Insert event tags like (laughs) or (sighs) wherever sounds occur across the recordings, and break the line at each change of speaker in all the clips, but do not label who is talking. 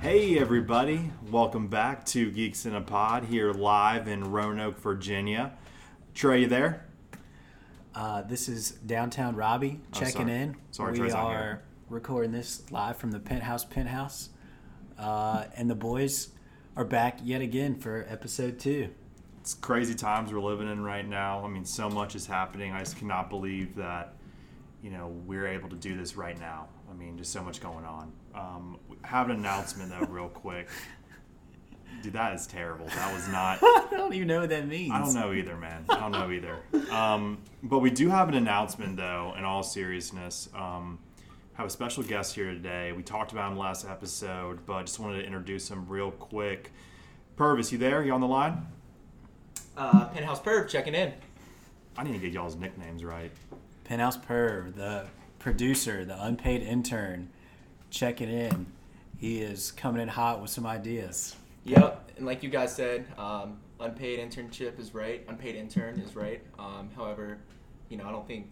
Hey, everybody. Welcome back to Geeks in a Pod here live in Roanoke, Virginia. Trey, you there?
Uh, this is downtown Robbie
Oh,
checking
sorry.
in.
Sorry,
we
Trey's not
are
here.
recording this live from the penthouse penthouse, uh, and the boys are back yet again for episode two.
It's crazy times we're living in right now. I mean, so much is happening. I just cannot believe that, you know, we're able to do this right now. I mean, just so much going on. Um, have an announcement, though, real quick. Dude, that is terrible. That was not.
I don't even know what that means.
I don't know either, man. I don't know either. Um, but we do have an announcement, though. In all seriousness, um, have a special guest here today. We talked about him last episode, but just wanted to introduce him real quick. Purvis, you there? You on the line?
Uh, Penthouse Perv checking in.
I need to get y'all's nicknames right.
Penthouse Perv, the producer, the unpaid intern, checking in. He is coming in hot with some ideas.
Yep. And like you guys said, um, unpaid internship is right. Unpaid intern is right. Um, however, you know, I don't think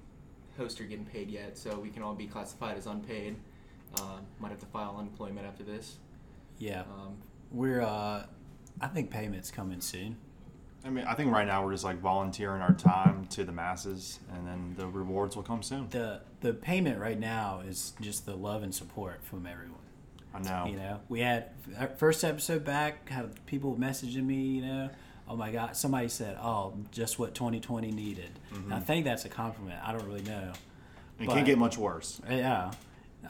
hosts are getting paid yet, so we can all be classified as unpaid. Um, might have to file unemployment after this.
Yeah,
Um,
we're. Uh, I think payment's coming soon.
I mean, I think right now we're just like volunteering our time to the masses, and then the rewards will come soon.
the The payment right now is just the love and support from everyone.
I know.
You know, we had our first episode back, had people messaging me, you know, oh my God, somebody said, oh, just what 2020 needed. And I think that's a compliment. I don't really know.
It
but-
can't get much worse.
Yeah.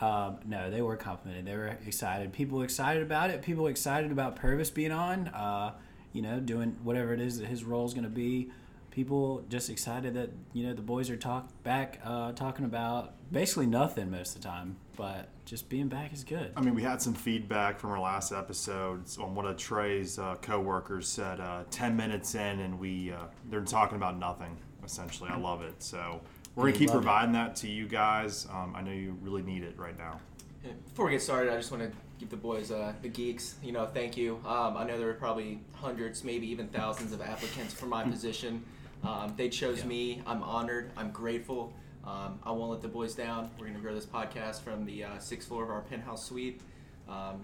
Um, no, they were complimented. They were excited. People were excited about it. People were excited about Purvis being on, uh, you know, doing whatever it is that his role is going to be. People just excited that, you know, the boys are talk back uh, talking about basically nothing most of the time, but just being back is good.
I mean, we had some feedback from our last episodes on one of Trey's uh, coworkers said uh, ten minutes in, and we uh, they're talking about nothing. Essentially, I love it. So we're gonna
We
keep
love it.
providing that to you guys. Um, I know you really need it right now.
Before we get started, I just want to give the boys, uh, the geeks, you know, thank you. Um, I know there were probably hundreds, maybe even thousands of applicants for
Hmm.
my position. Um, they chose
Yeah.
me. I'm honored. I'm grateful. Um, I won't let the boys down. We're going to grow this podcast from the uh, sixth floor of our penthouse suite, um,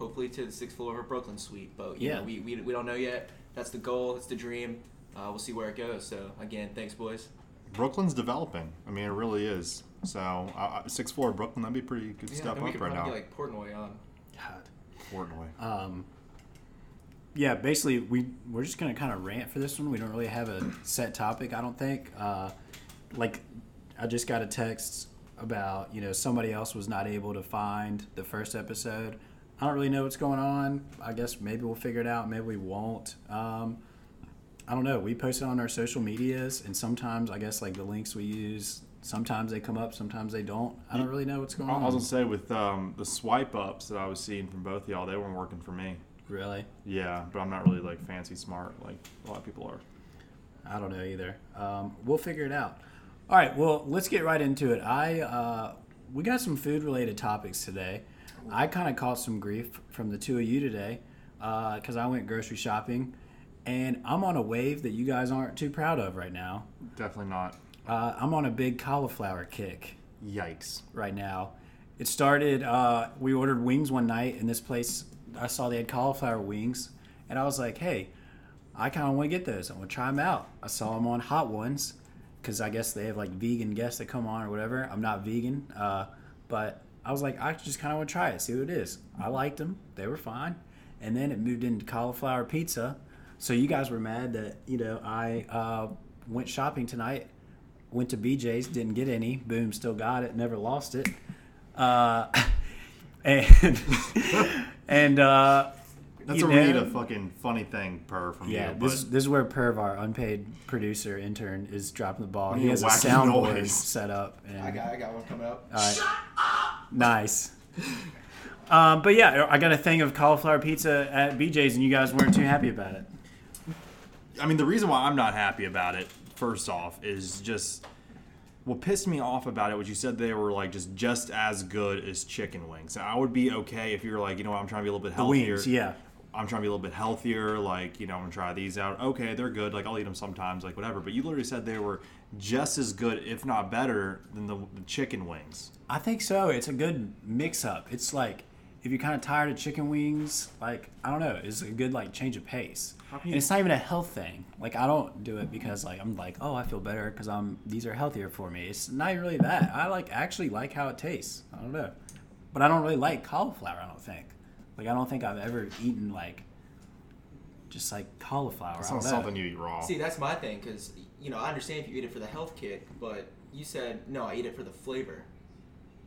hopefully to the sixth floor of our Brooklyn suite. But you
Yeah.
know, we, we, we don't know yet. That's the goal. It's the dream. Uh, we'll see where it goes. So, again, thanks, boys.
Brooklyn's developing. I mean, it really is. So uh, uh, sixth floor of Brooklyn, that'd be pretty good step
and we
up
could
right
probably
now.
get, like Portnoy um, on.
God.
Importantly,
Um, yeah, basically, we we're just gonna kind of rant for this one. We don't really have a set topic, I don't think. Uh, like, I just got a text about you know somebody else was not able to find the first episode. I don't really know what's going on. I guess maybe we'll figure it out. Maybe we won't. Um, I don't know. We post it on our social medias, and sometimes I guess like the links we use, sometimes they come up, sometimes they don't. I don't really know what's going
I I was
on.
gonna say with um, the swipe ups that I was seeing from both of y'all, they weren't working for me.
Really.
Yeah, but I'm not really like fancy smart like a lot of people are.
I don't know either. Um, we'll figure it out. All right. Well, let's get right into it. I uh, we got some food related topics today. I kind of caught some grief from the two of you today because I went grocery shopping, and I'm on a wave that you guys aren't too proud of right now.
Definitely not.
Uh, I'm on a big cauliflower kick
Yikes.
right now. It started. Uh, we ordered wings one night, and this place I saw they had cauliflower wings, and I was like, "Hey, I kind of want to get those. I'm gonna try them out." I saw them on Hot Ones, because I guess they have like vegan guests that come on or whatever. I'm not vegan, uh, but I was like, I just kind of want to try it, see what it is. I liked them; they were fine. And then it moved into cauliflower pizza. So you guys were mad that you know I uh, went shopping tonight went to BJ's, didn't get any. Boom, still got it, never lost it. Uh, (laughs) and (laughs) and uh,
That's
you
a
know-
read of fucking funny thing, per from
Yeah,
you.
this,
but
this is where Perv, our unpaid producer intern, is dropping the ball. He
need
has
a
a
wacky
soundboard
noise.
set up. And
I got, I got one coming up.
all right. Nice. Um, but yeah, I got a thing of cauliflower pizza at BJ's, and you guys weren't too happy about it.
I mean, the reason why I'm not happy about it, first off, is just what pissed me off about it was you said they were like just just as good as chicken wings. I would be okay if you were like, you know, what, I'm trying to be a little bit healthier.
Wings, yeah.
I'm trying to be a little bit healthier. Like, you know, I'm gonna try these out. Okay, they're good. Like, I'll eat them sometimes. Like, whatever. But you literally said they were just as good, if not better, than the, the chicken wings.
I think so. It's a good mix up. It's like if you're kind of tired of chicken wings, like I don't know, it's a good like change of pace.
How can
And
you-
it's not even a health thing. Like I don't do it because like I'm like, oh, I feel better because I'm these are healthier for me. It's not even really that. I like actually like how it tastes. I don't know, but I don't really like cauliflower. I don't think. Like I don't think I've ever eaten like just like cauliflower.
It's
I
not
don't know.
something you eat raw.
See, that's my thing, because you know I understand if you eat it for the health kick, but you said no, I eat it for the flavor.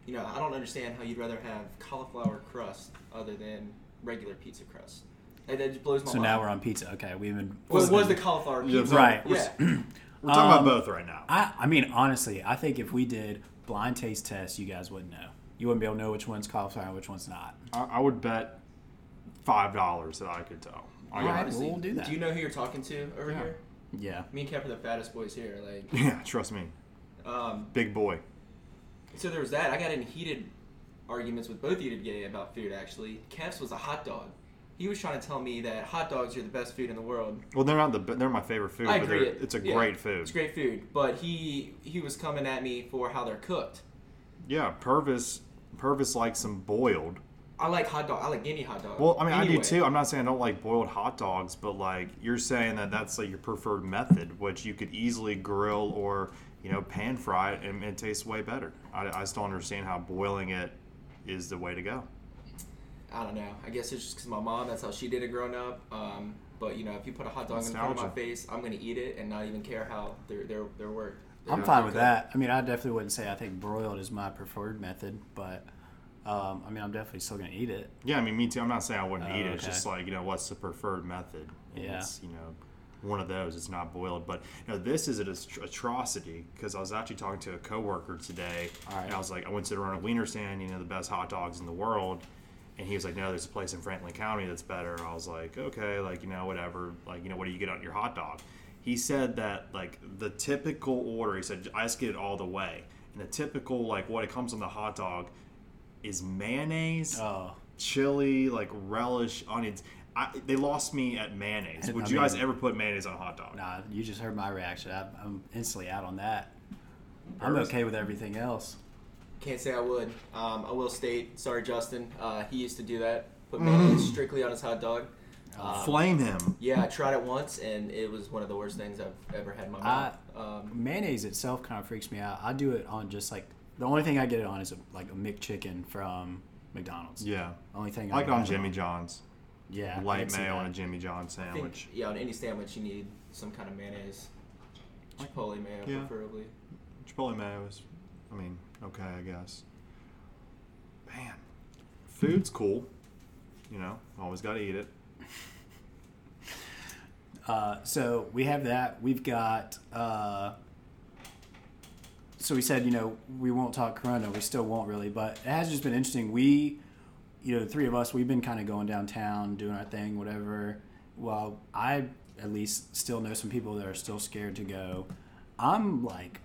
You know, I don't understand how you'd rather have cauliflower crust other than regular pizza crust. Like, that just blows my
So
mind.
now we're on pizza. Okay, we've been.
Well, it was the cauliflower
Yeah,
pizza?
Right.
Yeah.
We're talking about
Um,
both right now.
I, I mean, honestly, I think if we did blind taste tests, you guys wouldn't know. You wouldn't be able to know which one's cauliflower and which one's not.
I, I would bet five dollars that I could tell. I
All
got-
right,
Honestly,
we'll do that.
you know who you're talking to over
Yeah.
here?
Yeah.
Me and Kev are the fattest boys here. Like,
(laughs) Yeah, trust me,
um,
big boy.
so there was that. I got in heated arguments with both of you today about food. Actually, Kev's was a hot dog. He was trying to tell me that hot dogs are the best food in the world.
Well, they're not the be- they're my favorite food,
I
but
agree.
they're,
it-
it's a
yeah,
great food.
It's great food, but he he was coming at me for how they're cooked.
Yeah, Purvis Purvis likes them boiled.
I like hot dog. I like any hot dog.
Well, I mean, I do
Anyway,
too. I'm not saying I don't like boiled hot dogs, but like you're saying that that's like your preferred method, which you could easily grill or you know pan fry it and it tastes way better. I, I just don't understand how boiling it is the way to go.
I don't know. I guess it's just because my mom. That's how she did it growing up. Um, but you know, if you put a hot dog in front of my
Nostalgia.
face, I'm gonna eat it and not even care how they're they're they're worked.
I'm
They're
fine with
cooked.
that. I mean, I definitely wouldn't say I think broiled is my preferred method, but um, I mean, I'm definitely still going to eat it.
Yeah, I mean, me too. I'm not saying I wouldn't
Oh,
eat it. It's
okay.
just like you know, what's the preferred method? And
Yeah.
It's, you know, one of those. It's not boiled, but you know, this is an atro- atrocity because I was actually talking to a coworker today,
All right.
and I was like, I went to the Ronald Wiener stand, you know, the best hot dogs in the world, and he was like, No, there's a place in Franklin County that's better. I was like, Okay, like you know, whatever. Like you know, what do you get on your hot dog? He said that like the typical order. He said, I just get it all the way, and the typical like what it comes on the hot dog is mayonnaise
Oh,
chili, like relish, onions. I, they lost me at mayonnaise. Would
(laughs) I
you guys
mean-
ever put mayonnaise on a hot dog?
nah, you just heard my reaction. I, I'm instantly out on that. I'm
Purvis?
okay with everything else.
Can't say I would. Um, I will state. Sorry, Justin. Uh, he used to do that. Put
Mm-hmm.
mayonnaise strictly on his hot dog.
Oh,
Um,
Flame him.
yeah, I tried it once and it was one of the worst things I've ever had in my mouth. um,
Mayonnaise itself kind of freaks me out. I do it on just like the only thing I get it on is a, like a McChicken from McDonald's.
Yeah.
Only thing
Like
would
on
have
Jimmy John's.
Yeah, I can
Light
see
mayo
that.
on a Jimmy John's
I think,
sandwich.
yeah, on any sandwich you need some kind of mayonnaise. Chipotle mayo,
Yeah.
preferably.
Chipotle mayo is, I mean, okay, I guess. Man, food's cool. You know, always got to eat it.
Uh, so we have that. We've got. Uh, so we said, you know, we won't talk Corona. We still won't really, but it has just been interesting. We, you know, the three of us, we've been kind of going downtown, doing our thing, whatever. Well, I at least still know some people that are still scared to go. I'm like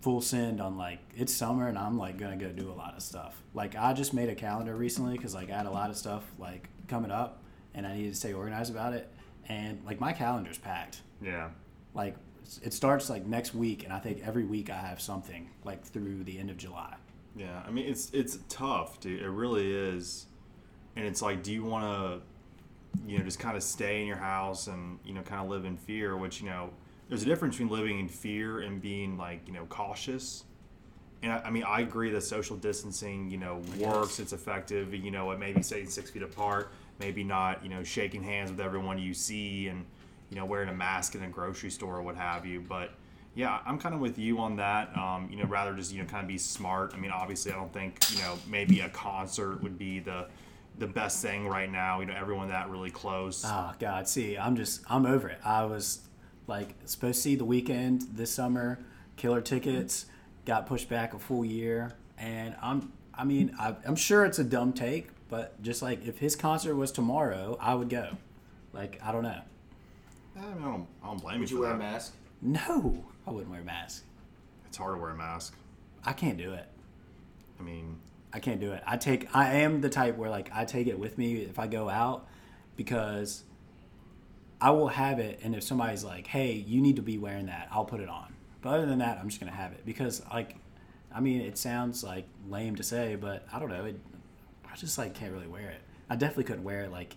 full send on like it's summer and I'm like gonna go do a lot of stuff. Like I just made a calendar recently because like I had a lot of stuff like coming up and I needed to stay organized about it. And like my calendar's packed.
Yeah.
Like it's- it starts like next week and I think every week I have something like through the end of July.
Yeah, I mean it's it's tough, dude. It really is, and it's like, do you want to, you know, just kind of stay in your house and you know, kind of live in fear? Which you know, there's a difference between living in fear and being like you know cautious. And I, I mean, I agree that social distancing, you know, works. It's effective. You know, it maybe staying six feet apart, maybe not. You know, shaking hands with everyone you see, and you know, wearing a mask in a grocery store or what have you. But yeah, I'm kind of with you on that. Um, you know, rather just you know, kind of be smart. I mean, obviously, I don't think you know maybe a concert would be the the best thing right now. You know, everyone that really close.
Uh,
Oh God, see, I'm just I'm over it. I was like supposed to see the weekend this summer, killer tickets, got pushed back a full year, and I'm I mean I, I'm sure it's a dumb take, but just like if his concert was tomorrow, I would go. Like I don't know.
I, mean, I, don't, I don't blame
Would
you
you
for
wear a
that.
mask?
No, I wouldn't wear a mask.
It's hard to wear a mask.
I can't do it.
I mean,
I can't do it. I take I am the type where like I take it with me if I go out because I will have it and if somebody's like, "Hey, you need to be wearing that." I'll put it on. But other than that, I'm just going to have it because like I mean, it sounds like lame to say, but I don't know. It I just like can't really wear it. I definitely couldn't wear it like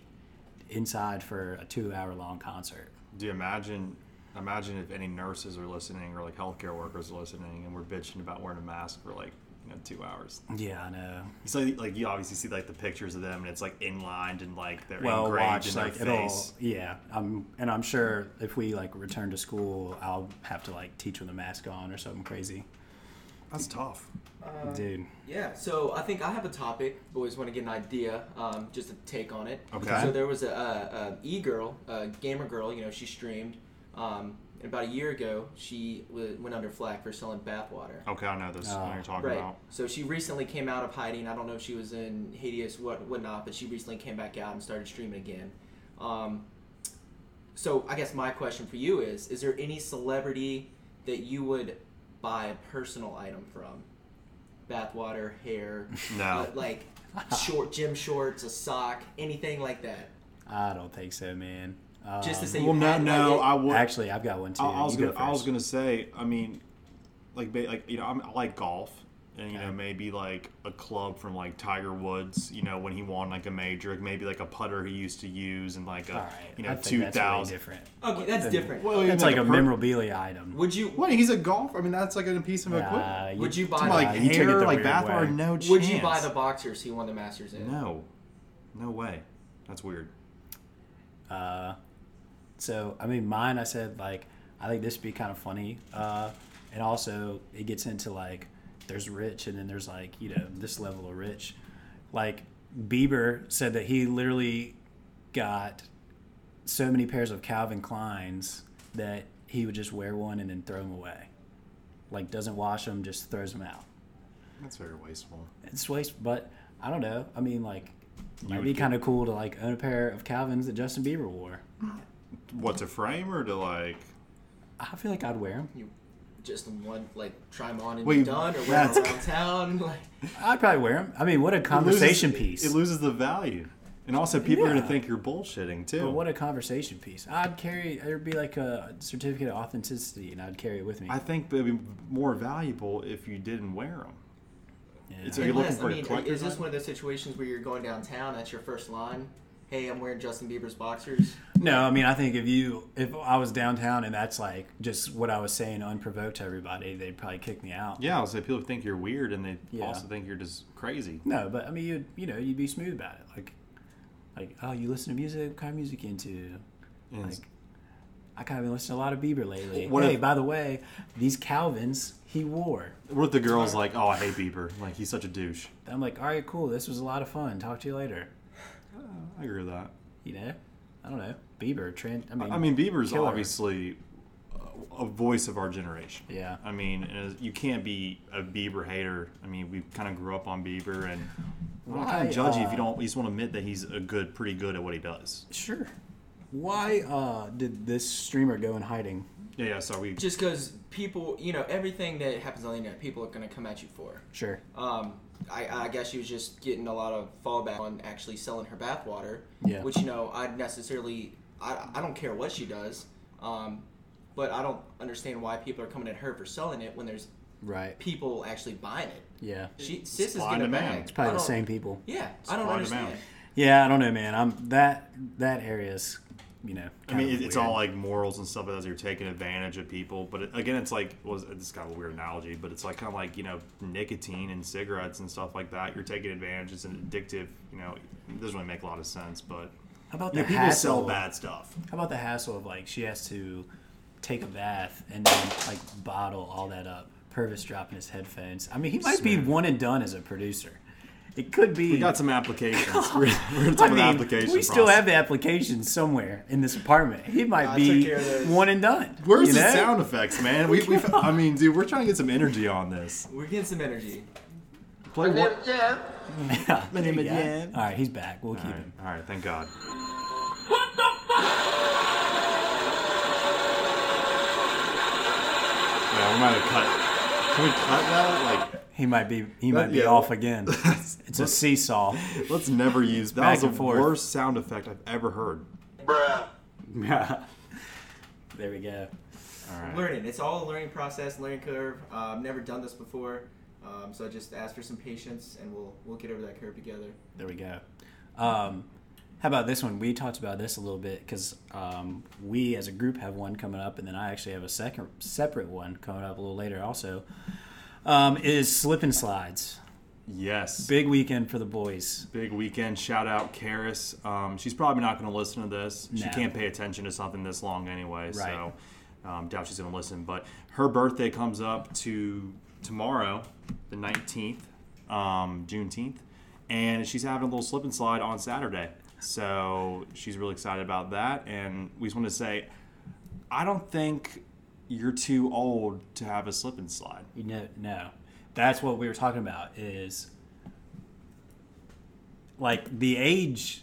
inside for a two hour long concert.
Do you imagine? Imagine if any nurses are listening or like healthcare workers are listening, and we're bitching about wearing a mask for like you know two hours.
Yeah, I know.
So like you obviously see like the pictures of them, and it's like inlined and like they're
well
engraved
watch
in their
like it'll
face.
yeah um and i'm sure if we like return to school i'll have to like teach with a mask on or something crazy
That's tough.
dude
Yeah, so I think I have a topic. Always want to get an idea, um, just a take on it.
Okay.
So there was a, uh a e girl, a gamer girl. You know, she streamed. Um, and about a year ago, she w- went under flack for selling bathwater.
Okay, I know this is what
Oh.
you're talking
Right.
about.
So she recently came out of hiding. I don't know if she was in Hades, what whatnot, but she recently came back out and started streaming again. Um, so I guess my question for you is: Is there any celebrity that you would buy a personal item from? Bathwater, hair,
(laughs) No.
li- like short gym shorts, a sock, anything like that.
i don't think so man um,
Just to say,
Well, no,
had, like,
no,
it-
I would.
actually i've got one too
I, I was
You
gonna, I was
first.
gonna say. I mean, like, ba- like you know, I'm, I like golf, and you know,
Okay.
maybe like a club from like Tiger Woods. You know, when he won like a major, maybe like a putter he used to use, and like a
all right
you know
I think
two
that's way
thousand.
different
Okay, that's different.
Well,
that's
even
like a
the per-
memorabilia item
would you
Wait, he's a golfer. I mean, that's like a piece of equipment.
Nah,
Would you buy
Come on,
nah,
like
you took it
hair,
the
like
weird
bathwater,
way.
no chance.
would you buy the boxers he won the Masters in?
No, no way. That's weird.
Uh, so I mean, mine. I said like I think this would be kind of funny, uh, and also it gets into like there's rich and then there's like you know this level of rich. Like Bieber said that he literally got so many pairs of Calvin Kleins that he would just wear one and then throw them away. Like doesn't wash them, just throws them out.
That's very wasteful.
It's waste, but I don't know. I mean, like, it might
would
be
get-
kind of cool to like own a pair of Calvins that Justin Bieber wore.
What to frame or to like?
I feel like I'd wear them.
You just one like try them on and
Wait,
be done, or wear
that's-
them around town. (laughs) Like,
I'd probably wear them. I mean, what a conversation
It loses-
piece.
It loses the value, and also people are
Yeah.
gonna think you're bullshitting too.
but what a conversation piece. I'd carry. It'd be like a certificate of authenticity, and I'd carry it with me.
I think they'd be more valuable if you didn't wear them.
Yeah.
it's (laughs) So a- you're looking
unless,
for a
I mean,
collector's
is this
item?
one of those situations where you're going downtown? That's your first line. Hey, I'm wearing Justin Bieber's boxers.
no, I mean, I think if you, if I was downtown and that's like just what I was saying unprovoked to everybody, they'd probably kick me out.
Yeah, I'll say people think you're weird, and they
Yeah.
also think you're just crazy.
No, but I mean, you'd, you know, you'd be smooth about it. Like, like, oh, you listen to music? What kind of music you into?
And it's-
Like, I kind of been listening to a lot of Bieber lately.
What
hey,
if-
by the way, these Calvins he wore.
what if the girl's like, "Oh, I hate Bieber. Like he's such a douche."
I'm like, all right, cool. This was a lot of fun. Talk to you later.
I agree with that.
You know, I don't know. Bieber, Trent. I mean,
I mean, Bieber's
Killer.
obviously a a voice of our generation.
Yeah.
I mean, and you can't be a Bieber hater. I mean, we kind of grew up on Bieber, and I'm kind
Why,
of judgy if
uh,
you don't. You just want to admit that he's a good, pretty good at what he does.
sure. Why uh, did this streamer go in hiding?
Yeah, yeah. So we
Just because people, you know, everything that happens on the internet, people are gonna come at you for.
Sure.
Um, I, I guess she was just getting a lot of fallback on actually selling her bathwater.
Yeah.
Which you know, I necessarily, I, I don't care what she does, um, but I don't understand why people are coming at her for selling it when there's
Right.
people actually buying it.
Yeah.
She sis is
Supply
getting a
and
bag.
demand. It's
Probably
I
the
don't-
same people.
Yeah, I don't
Supply and
understand.
demand.
Yeah, I don't know, man. I'm that that area's, you know.
I mean,
kind of
it- it's
weird.
all like morals and stuff like that. so You're taking advantage of people, but it, again, it's like was this is kind of a weird analogy, but it's like kind of like you know nicotine and cigarettes and stuff like that. You're taking advantage. It's an addictive. You know, it doesn't really make a lot of sense, but
How about
you
the
know, people sell
hassle?
bad stuff.
How about the hassle of like she has to take a bath and then like bottle all that up? Purvis dropping his headphones. I mean, he might be
Smooth.
one and done as a producer. It could be.
We got some applications.
(laughs)
we're we're in the
I mean,
application.
we still
process.
have the application somewhere in this apartment. He might
I took
be
care of those.
one and done.
Where's
you
the
know? (laughs)
sound effects, man? We, we, I mean, dude, we're trying to get some energy on this.
We're getting some energy.
Play one.
Yeah.
My name is
Yeah.
Yan.
All right, he's back. We'll keep
All right,
him.
all right, thank God. Yeah, we might have cut. Can we cut that? Like,
He might be. He
That-
might be
yeah.
off
(laughs)
again.
that's-
It's a seesaw.
(laughs)
(laughs)
let's never use that.
Back
was the
and forth.
worst sound effect I've ever heard.
there we go.
All right.
Learning. It's all a learning process, learning curve. Uh, I've never done this before. Um, so just ask for some patience, and we'll we'll get over that curve together.
There we go. Um, how about this one? We talked about this a little bit because um, we as a group have one coming up, and then I actually have a second separate one coming up a little later. Also, um, is slip and slides.
Yes.
Big weekend for the boys.
Big weekend. Shout out Karis. Um, she's probably not going to listen to this. She
No.
can't pay attention to something this long anyway.
Right.
So um, doubt she's going to listen. But her birthday comes up to tomorrow, the 19th, um, Juneteenth. And she's having a little slip and slide on Saturday. So she's really excited about that. And we just want to say, I don't think you're too old to have a slip and slide.
You know, no, that's what we were talking about. Is like the age,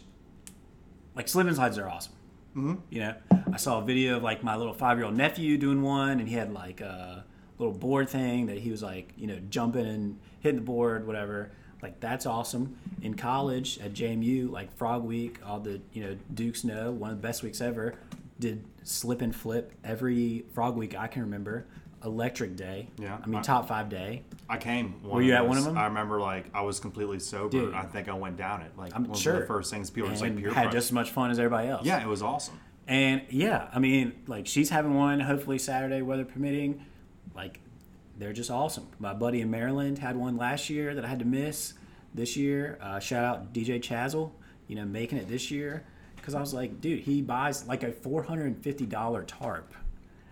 like slip and slides are awesome.
Mhm.
You know, I saw a video of like my little five-year-old nephew doing one, and he had like a little board thing that he was like, you know, jumping and hitting the board, whatever. Like that's awesome. In college at JMU, like Frog Week, all the you know Dukes know one of the best weeks ever. Did slip and flip every Frog Week I can remember. Electric Day.
Yeah.
I mean
I-
top five day.
I came. One
Were you at
those.
one of them?
I remember, like, I was completely sober.
Dude.
I think I went down it. Like,
I'm
one of
sure.
the first things people were just like,
and
peer
had
pressure.
just as much fun as everybody else.
Yeah, it was awesome.
And yeah, I mean, like she's having one hopefully Saturday, weather permitting. Like they're just awesome. My buddy in Maryland had one last year that I had to miss this year. Uh, shout out DJ Chazzle, you know, making it this year because I was like, dude, he buys like a four hundred and fifty dollar tarp.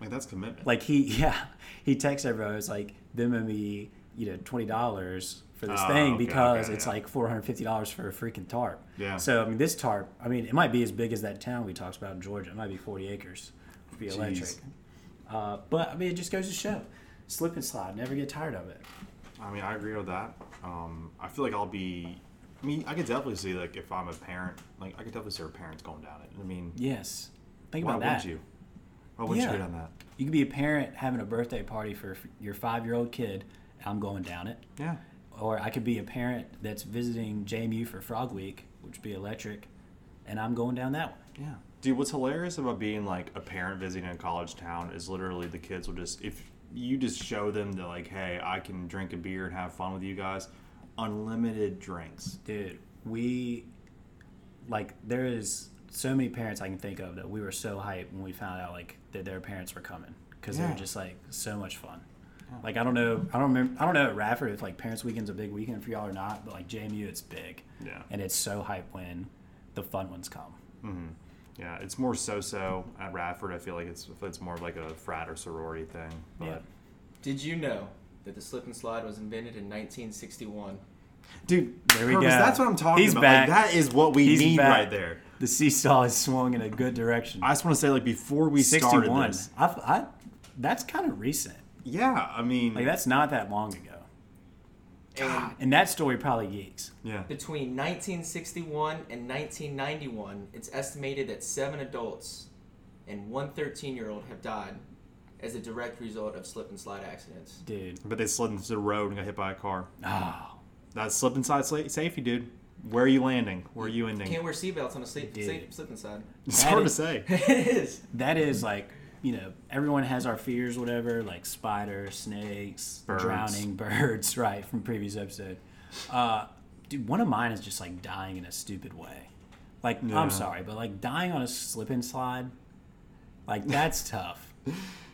Like, that's commitment.
Like he, (laughs) yeah, he texts everyone. It's like them and me, you know, twenty dollars for this
Oh,
thing
okay,
because
okay,
it's
yeah.
like four hundred fifty dollars for a freaking tarp.
Yeah.
So I mean, this tarp, I mean, it might be as big as that town we talked about in Georgia. It might be forty acres. It'd be
Jeez.
electric. Uh, but I mean, it just goes to show, slip and slide. Never get tired of it.
I mean, I agree with that. Um, I feel like I'll be. I mean, I could definitely see, like, if I'm a parent, like, I could definitely see our parents going down it. I mean,
Yes. Think
why
about that.
wouldn't you? Why wouldn't
Yeah.
you go down that?
You could be a parent having a birthday party for f- your five-year-old kid. I'm going down it.
Yeah.
or I could be a parent that's visiting JMU for Frog Week, which would be electric, and I'm going down that one.
Yeah. Dude, what's hilarious about being like a parent visiting a college town is literally the kids will just if you just show them that like, hey, I can drink a beer and have fun with you guys, unlimited drinks.
Dude, we like there is so many parents I can think of that we were so hyped when we found out like that their parents were coming because they
Yeah.
were just like so much fun. Like I don't know, I don't remember, I don't know at Radford if like Parents Weekend's a big weekend for y'all or not, but like JMU it's big,
Yeah.
and it's so hyped when the fun ones come.
Yeah, it's more so-so at Radford. I feel like it's it's more of like a frat or sorority thing. But
Yeah.
Did you know that the slip and slide was invented in 1961?
dude,
There we
Purvis,
go.
That's what I'm talking
He's
about.
back.
Like, that is what we
He's
need
back.
right there.
The seesaw is swung in a good direction.
I just want to say like before we started
61.
this.
I, I, that's kind of recent.
Yeah, I mean,
Like that's not that long ago.
And
And that story probably geeks.
yeah,
between 1961 and 1991, it's estimated that seven adults and one 13-year-old have died as a direct result of slip and slide accidents.
Dude.
but they slid into the road and got hit by a car.
Oh.
That's slip inside sla- safety, dude. Where are you landing? Where are you ending?
Can't wear seatbelts on a slip,
Dude.
slip, slip and slide.
It's
That (laughs)
hard
is-
to say.
(laughs) it is.
That is like, you know, everyone has our fears, whatever, like spiders, snakes,
Birds.
drowning, (laughs) birds, right, from previous episode. Uh, dude, one of mine is just like dying in a stupid way. Like,
Yeah.
I'm sorry, but like dying on a slip and slide, like that's tough.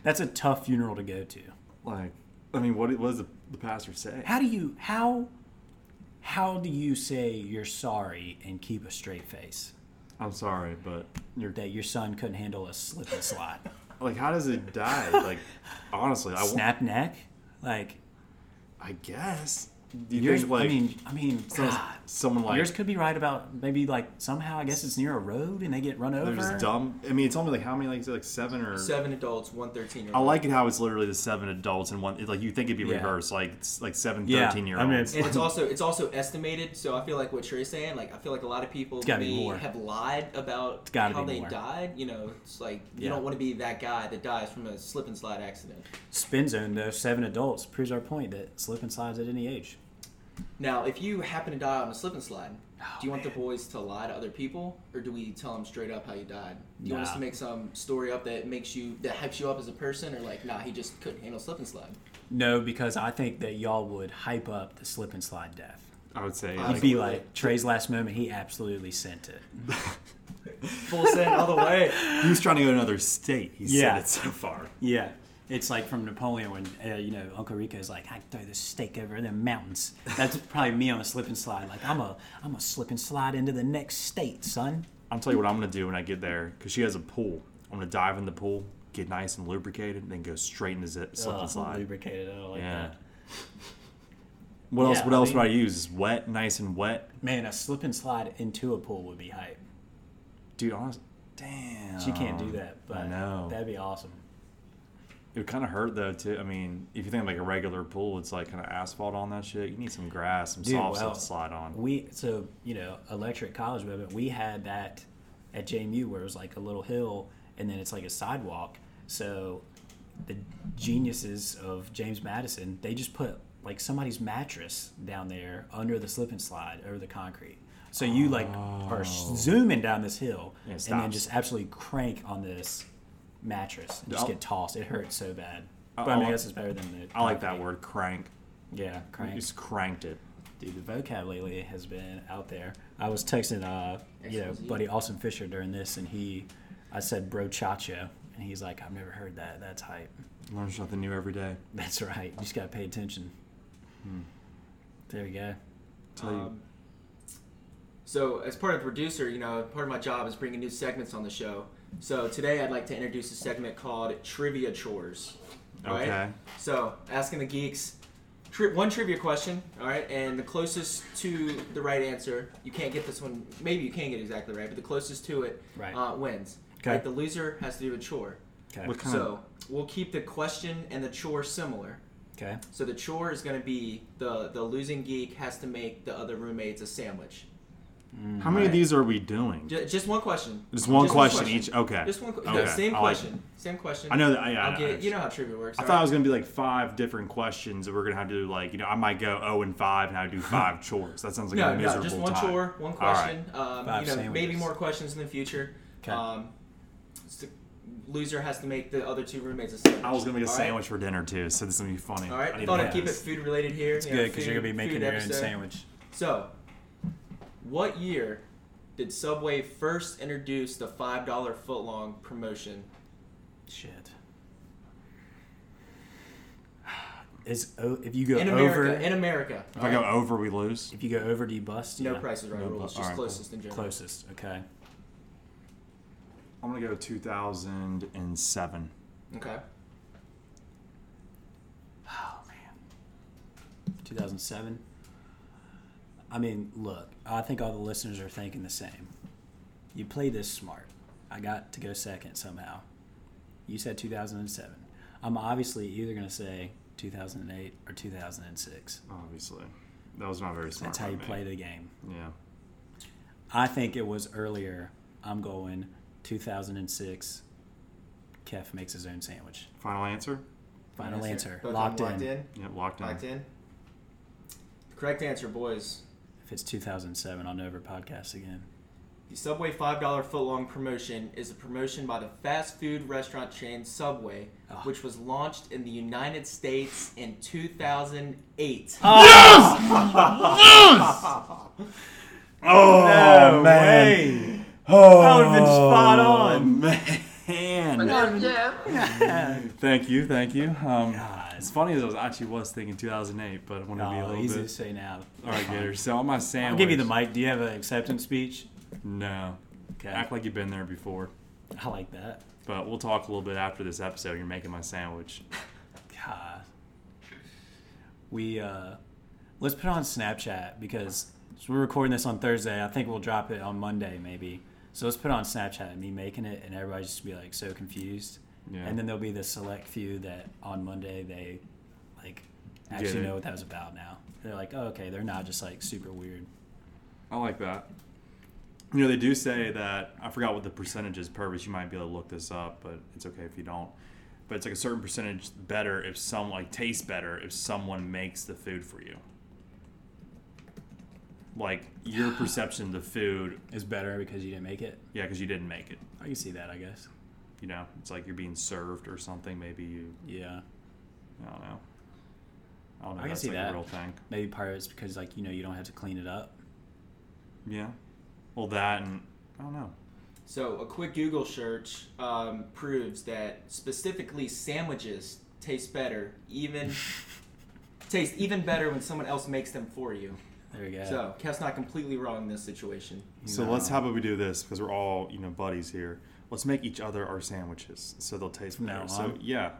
That's a tough funeral to go to.
Like, I mean, what, what does the, the pastor say?
how do you how how do you say you're sorry and keep a straight face
I'm sorry, but you're
that your son couldn't handle a slip and slide
like, how does it die?
(laughs)
Like, honestly, I, w-
snap neck like
I guess. Do you
yours
think like
i mean i mean
someone's-
God,
someone like
yours could be right about maybe like somehow i guess it's near a road and they get run over
they're just dumb? I mean, it's only like how many like is it, like seven or
Seven adults, one 13-year-old.
I like it how it's literally the seven adults and one. It's like you think it'd be
Yeah.
reversed, like it's like seven
Yeah,
13 year
I mean,
olds.
And it's also it's also estimated, so I feel like what Trey's saying, like I feel like a lot of people
gotta be
may
more.
have lied about
gotta
how
be
they
more.
died. You know, it's like you
Yeah.
don't want to be that guy that dies from a slip and slide accident.
spin zone though seven adults proves our point that slip and slides at any age
Now, if you happen to die on a slip and slide, do you want the
Oh, man.
boys to lie to other people, or do we tell them straight up how you died? Do you want us to
Nah.
make some story up that makes you that hypes you up as a person, or like, nah, he just couldn't handle slip and slide?
No, because I think that y'all would hype up the slip and slide death.
I would say
You'd
like,
be like Trey's last moment. He absolutely sent it.
Full send all the way.
(laughs)
he was trying to go to another state. He
Yeah.
said it so far.
Yeah, it's like from Napoleon when uh, you know Uncle Rico's like, I throw this steak over the mountains.
(laughs)
That's probably me on a slip and slide. Like I'm a I'm a slip and slide into the next state, son.
I'll tell you what I'm gonna do when I get there because she has a pool. I'm gonna dive in the pool, get nice and lubricated, and then go straight into zip, slip
Ugh,
and slide.
Lubricated. I don't like
Yeah.
that.
What
Yeah,
else? What
I
else
mean-
would I use? Is wet, nice and wet,
Man, a slip and slide into a pool would be hype.
dude. Honest, damn.
She can't do that, but
I know.
that'd be awesome.
It would kind of hurt though too. I mean, if you think of, like a regular pool, it's like kind of asphalt on that shit. You need some grass, some
Dude,
soft
well,
stuff to slide on.
We so you know electric college movement. We had that at JMU where it was like a little hill and then it's like a sidewalk. So the geniuses of James Madison they just put like somebody's mattress down there under the slip and slide over the concrete. So you like are zooming down this
Oh.
hill
Yeah, it
and then
stops.
just absolutely crank on this mattress and just
I'll-
get tossed. It hurts so bad.
I-
But
I
I, mean, I
like-
guess it's better than the.
I like that
concrete.
word, crank.
Yeah,
You
crank.
Just cranked it.
Dude, the vocab lately has been out there. I was texting, uh, you know,
XYZ.
buddy Austin Fisher during this, and he, I said bro chacho, and he's like, I've never heard that. That's hype. (laughs)
Learn something new every day.
That's right. You just gotta pay attention. Hmm. There we go.
Tell you.
Um, So, as part of producer, you know, part of my job is bringing new segments on the show. So today, I'd like to introduce a segment called Trivia Chores. All right?
Okay.
So, asking the geeks tri- one trivia question. All right, and the closest to the right answer, you can't get this one. Maybe you can get it exactly right, but the closest to it
Right.
uh, wins.
Okay.
Right, the loser has to do a chore.
Okay.
What kind
So we'll keep the question and the chore similar.
Okay.
So the chore is going to be the the losing geek has to make the other roommates a sandwich.
of, how many of
right.
these are we doing?
Ju- just one question.
Just one question each? Okay.
Just one. que-
Okay.
no, same
I like
question. Same question.
I know that. Yeah, I,
I'll
I,
get. You know how trivia works.
I
all
thought
right?
it was gonna be like five different questions that we're gonna have to do. Like, you know, I might go zero and five, and I would do
(laughs)
five chores. That sounds like a
no,
miserable
no, just one
time.
chore, one
All right.
question. Um,
Five
you know, maybe
sandwiches.
more questions in the future.
'Kay.
Um, s- loser has to make the other two roommates a sandwich.
I was gonna make a
All right?
sandwich for dinner too, so this is gonna be funny.
All right,
I
I
need
thought
to
I'd keep it
practice.
food related here.
It's good good because you're gonna be making your own sandwich.
So, what year did Subway first introduce the five dollar footlong promotion?
Shit. Is o- if you go
in
over,
America, in America.
If I go over, we lose.
if you go over, do you bust?
no
Yeah.
Price is Right
No,
rules,
all
just
right, cool.
closest in general.
Closest. Okay.
I'm gonna go 2007.
Okay.
Oh man. 2007. I mean, look, I think all the listeners are thinking the same. You play this smart. I got to go second somehow. You said 2007. I'm obviously either going to say 2008 or 2006.
Obviously, that was not very smart.
That's how
by
you
me.
play the game.
Yeah.
I think it was earlier. I'm going 2006. Kef makes his own sandwich.
Final answer.
Final
Yes, sir.
answer.
Both
Locked,
locked
in.
in.
Yeah, locked in.
Locked in. The correct answer, boys.
If it's 2007, I'll never podcast again.
The Subway $5 footlong promotion is a promotion by the fast food restaurant chain Subway,
Ah.
which was launched in the United States in 2008.
Oh
No way.
Oh,
That would've been spot on.
man. Thank you, thank you. Um,
Ah,
it's funny as I was actually was thinking 2008, but I want to be a
No,
little
easy to
bit.
say now.
All right, Gator. So on my sandwich.
I'll give you the mic. Do you have an acceptance speech?
No.
Okay.
Act like you've been there before.
I like that.
But we'll talk a little bit after this episode. You're making my sandwich.
God. We uh, let's put it on Snapchat because so we're recording this on Thursday. I think we'll drop it on Monday maybe. So let's put it on Snapchat. Me making it and everybody just be like so confused.
Yeah.
And then there'll be the select few that on Monday they like
Get
actually
it.
know what that was about now. They're like, oh, okay, they're not just like super weird.
I like that. You know, they do say that I forgot what the percentage is per, but you might be able to look this up, but it's okay if you don't. But it's like a certain percentage better if some like tastes better if someone makes the food for you. like
(sighs)
your perception of the food,
It's better because you didn't make it.
yeah, because you didn't make it.
I can see that, I guess.
You know, it's like you're being served or something. Maybe you,
Yeah.
I don't know. I don't know.
I can
that's
see
like a
that.
real thing.
Maybe part of it's because like you know you don't have to clean it up.
Yeah. Well, that and I don't know.
So, a quick Google search um, proves that specifically sandwiches taste better,
(laughs)
even taste even better when someone else makes them for you.
There we go.
So, Kev's not completely wrong in this situation.
So
No.
let's how about we do this because we're all you know buddies here. Let's make each other our sandwiches so they'll taste
From
better.
now
so
on?
yeah,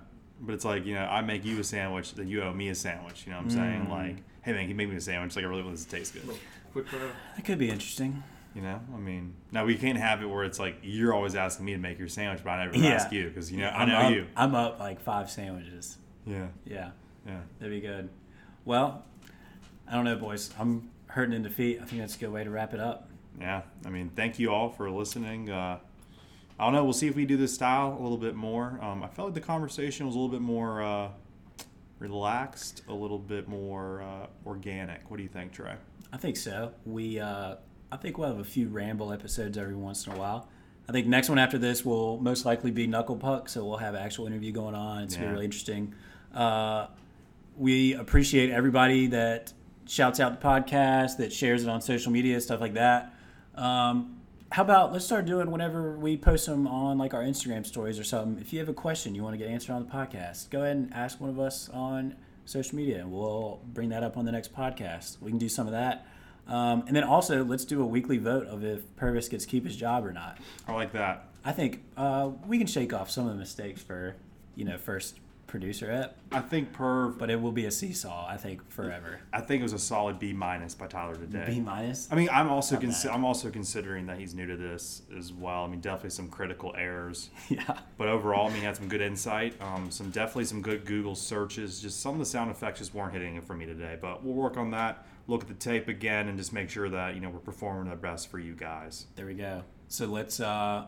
but it's like you know I make you a sandwich, then you owe me a sandwich. You know what I'm saying?
Mm.
Like hey man, can you make me a sandwich? Like I really want this to taste good.
Quick pro.
that could be interesting.
You know, I mean, now we can't have it where it's like you're always asking me to make your sandwich, but I never
Yeah.
ask you because you know I
I'm
know
up-
you.
I'm up like five sandwiches.
Yeah,
Yeah,
yeah.
that'd be good. Well, I don't know, boys. I'm hurting in defeat. I think that's a good way to wrap it up.
yeah i mean thank you all for listening uh, i don't know we'll see if we do this style a little bit more um, i felt like the conversation was a little bit more uh, relaxed a little bit more uh, organic what do you think trey
I think so. We, uh, I think we'll have a few ramble episodes every once in a while. I think next one after this will most likely be Knuckle Puck, so we'll have an actual interview going on. It's gonna
Yeah.
be really interesting. Uh, we appreciate everybody that shouts out the podcast, that shares it on social media, stuff like that. Um, how about let's start doing whenever we post them on like our Instagram stories or something. If you have a question you want to get answered on the podcast, go ahead and ask one of us on social media, and we'll bring that up on the next podcast. We can do some of that. Um, and then also, let's do a weekly vote of if Purvis gets to keep his job or not.
i like that
I think uh, we can shake off some of the mistakes for, you know, first producer up,
i think perv
but it will be a seesaw, I think, forever.
i think it was a solid b minus by tyler today
B minus. (laughs)
I mean, I'm also
bad.
consi- I'm also considering that he's new to this as well. I mean, definitely some critical errors.
Yeah.
But overall, I mean, he had some good insight, um, some definitely some good Google searches. Just some of the sound effects just weren't hitting it for me today. But we'll work on that. Look at the tape again and just make sure that you know we're performing our best for you guys.
There we go. So let's uh,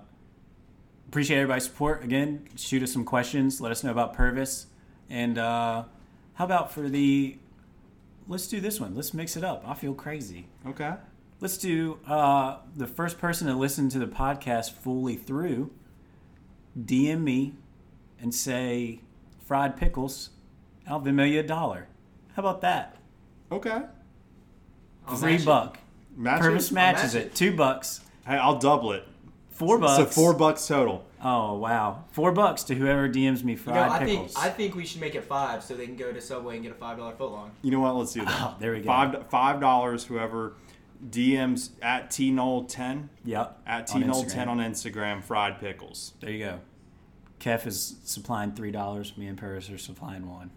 appreciate everybody's support. Again, shoot us some questions. Let us know about Purvis. And uh, how about for the. Let's do this one. Let's mix it up. I feel crazy.
Okay.
Let's do uh, the first person to listen to the podcast fully through. DM me and say fried pickles. I'll Venmo you a dollar. How about that?
Okay.
Three buck.
Match
Purvis
it?
matches
match it.
it. Two bucks.
Hey, I'll double it.
Four bucks.
So four bucks total.
Oh wow, four bucks to whoever DMs me
You know,
fried
I think
pickles.
I think we should make it five so they can go to Subway and get a five dollar footlong.
You know what? Let's do that.
Oh, there we go.
Five five dollars. Whoever DMs at T ten
yep.
at T
on
ten
Instagram.
on Instagram. Fried pickles.
There you go. Kef is supplying three dollars. Me and Paris are supplying one.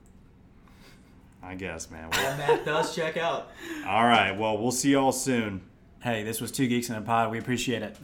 I guess, man.
That math does check out.
All right. Well, we'll see y'all soon.
Hey, this was two geeks in a pod. We appreciate it.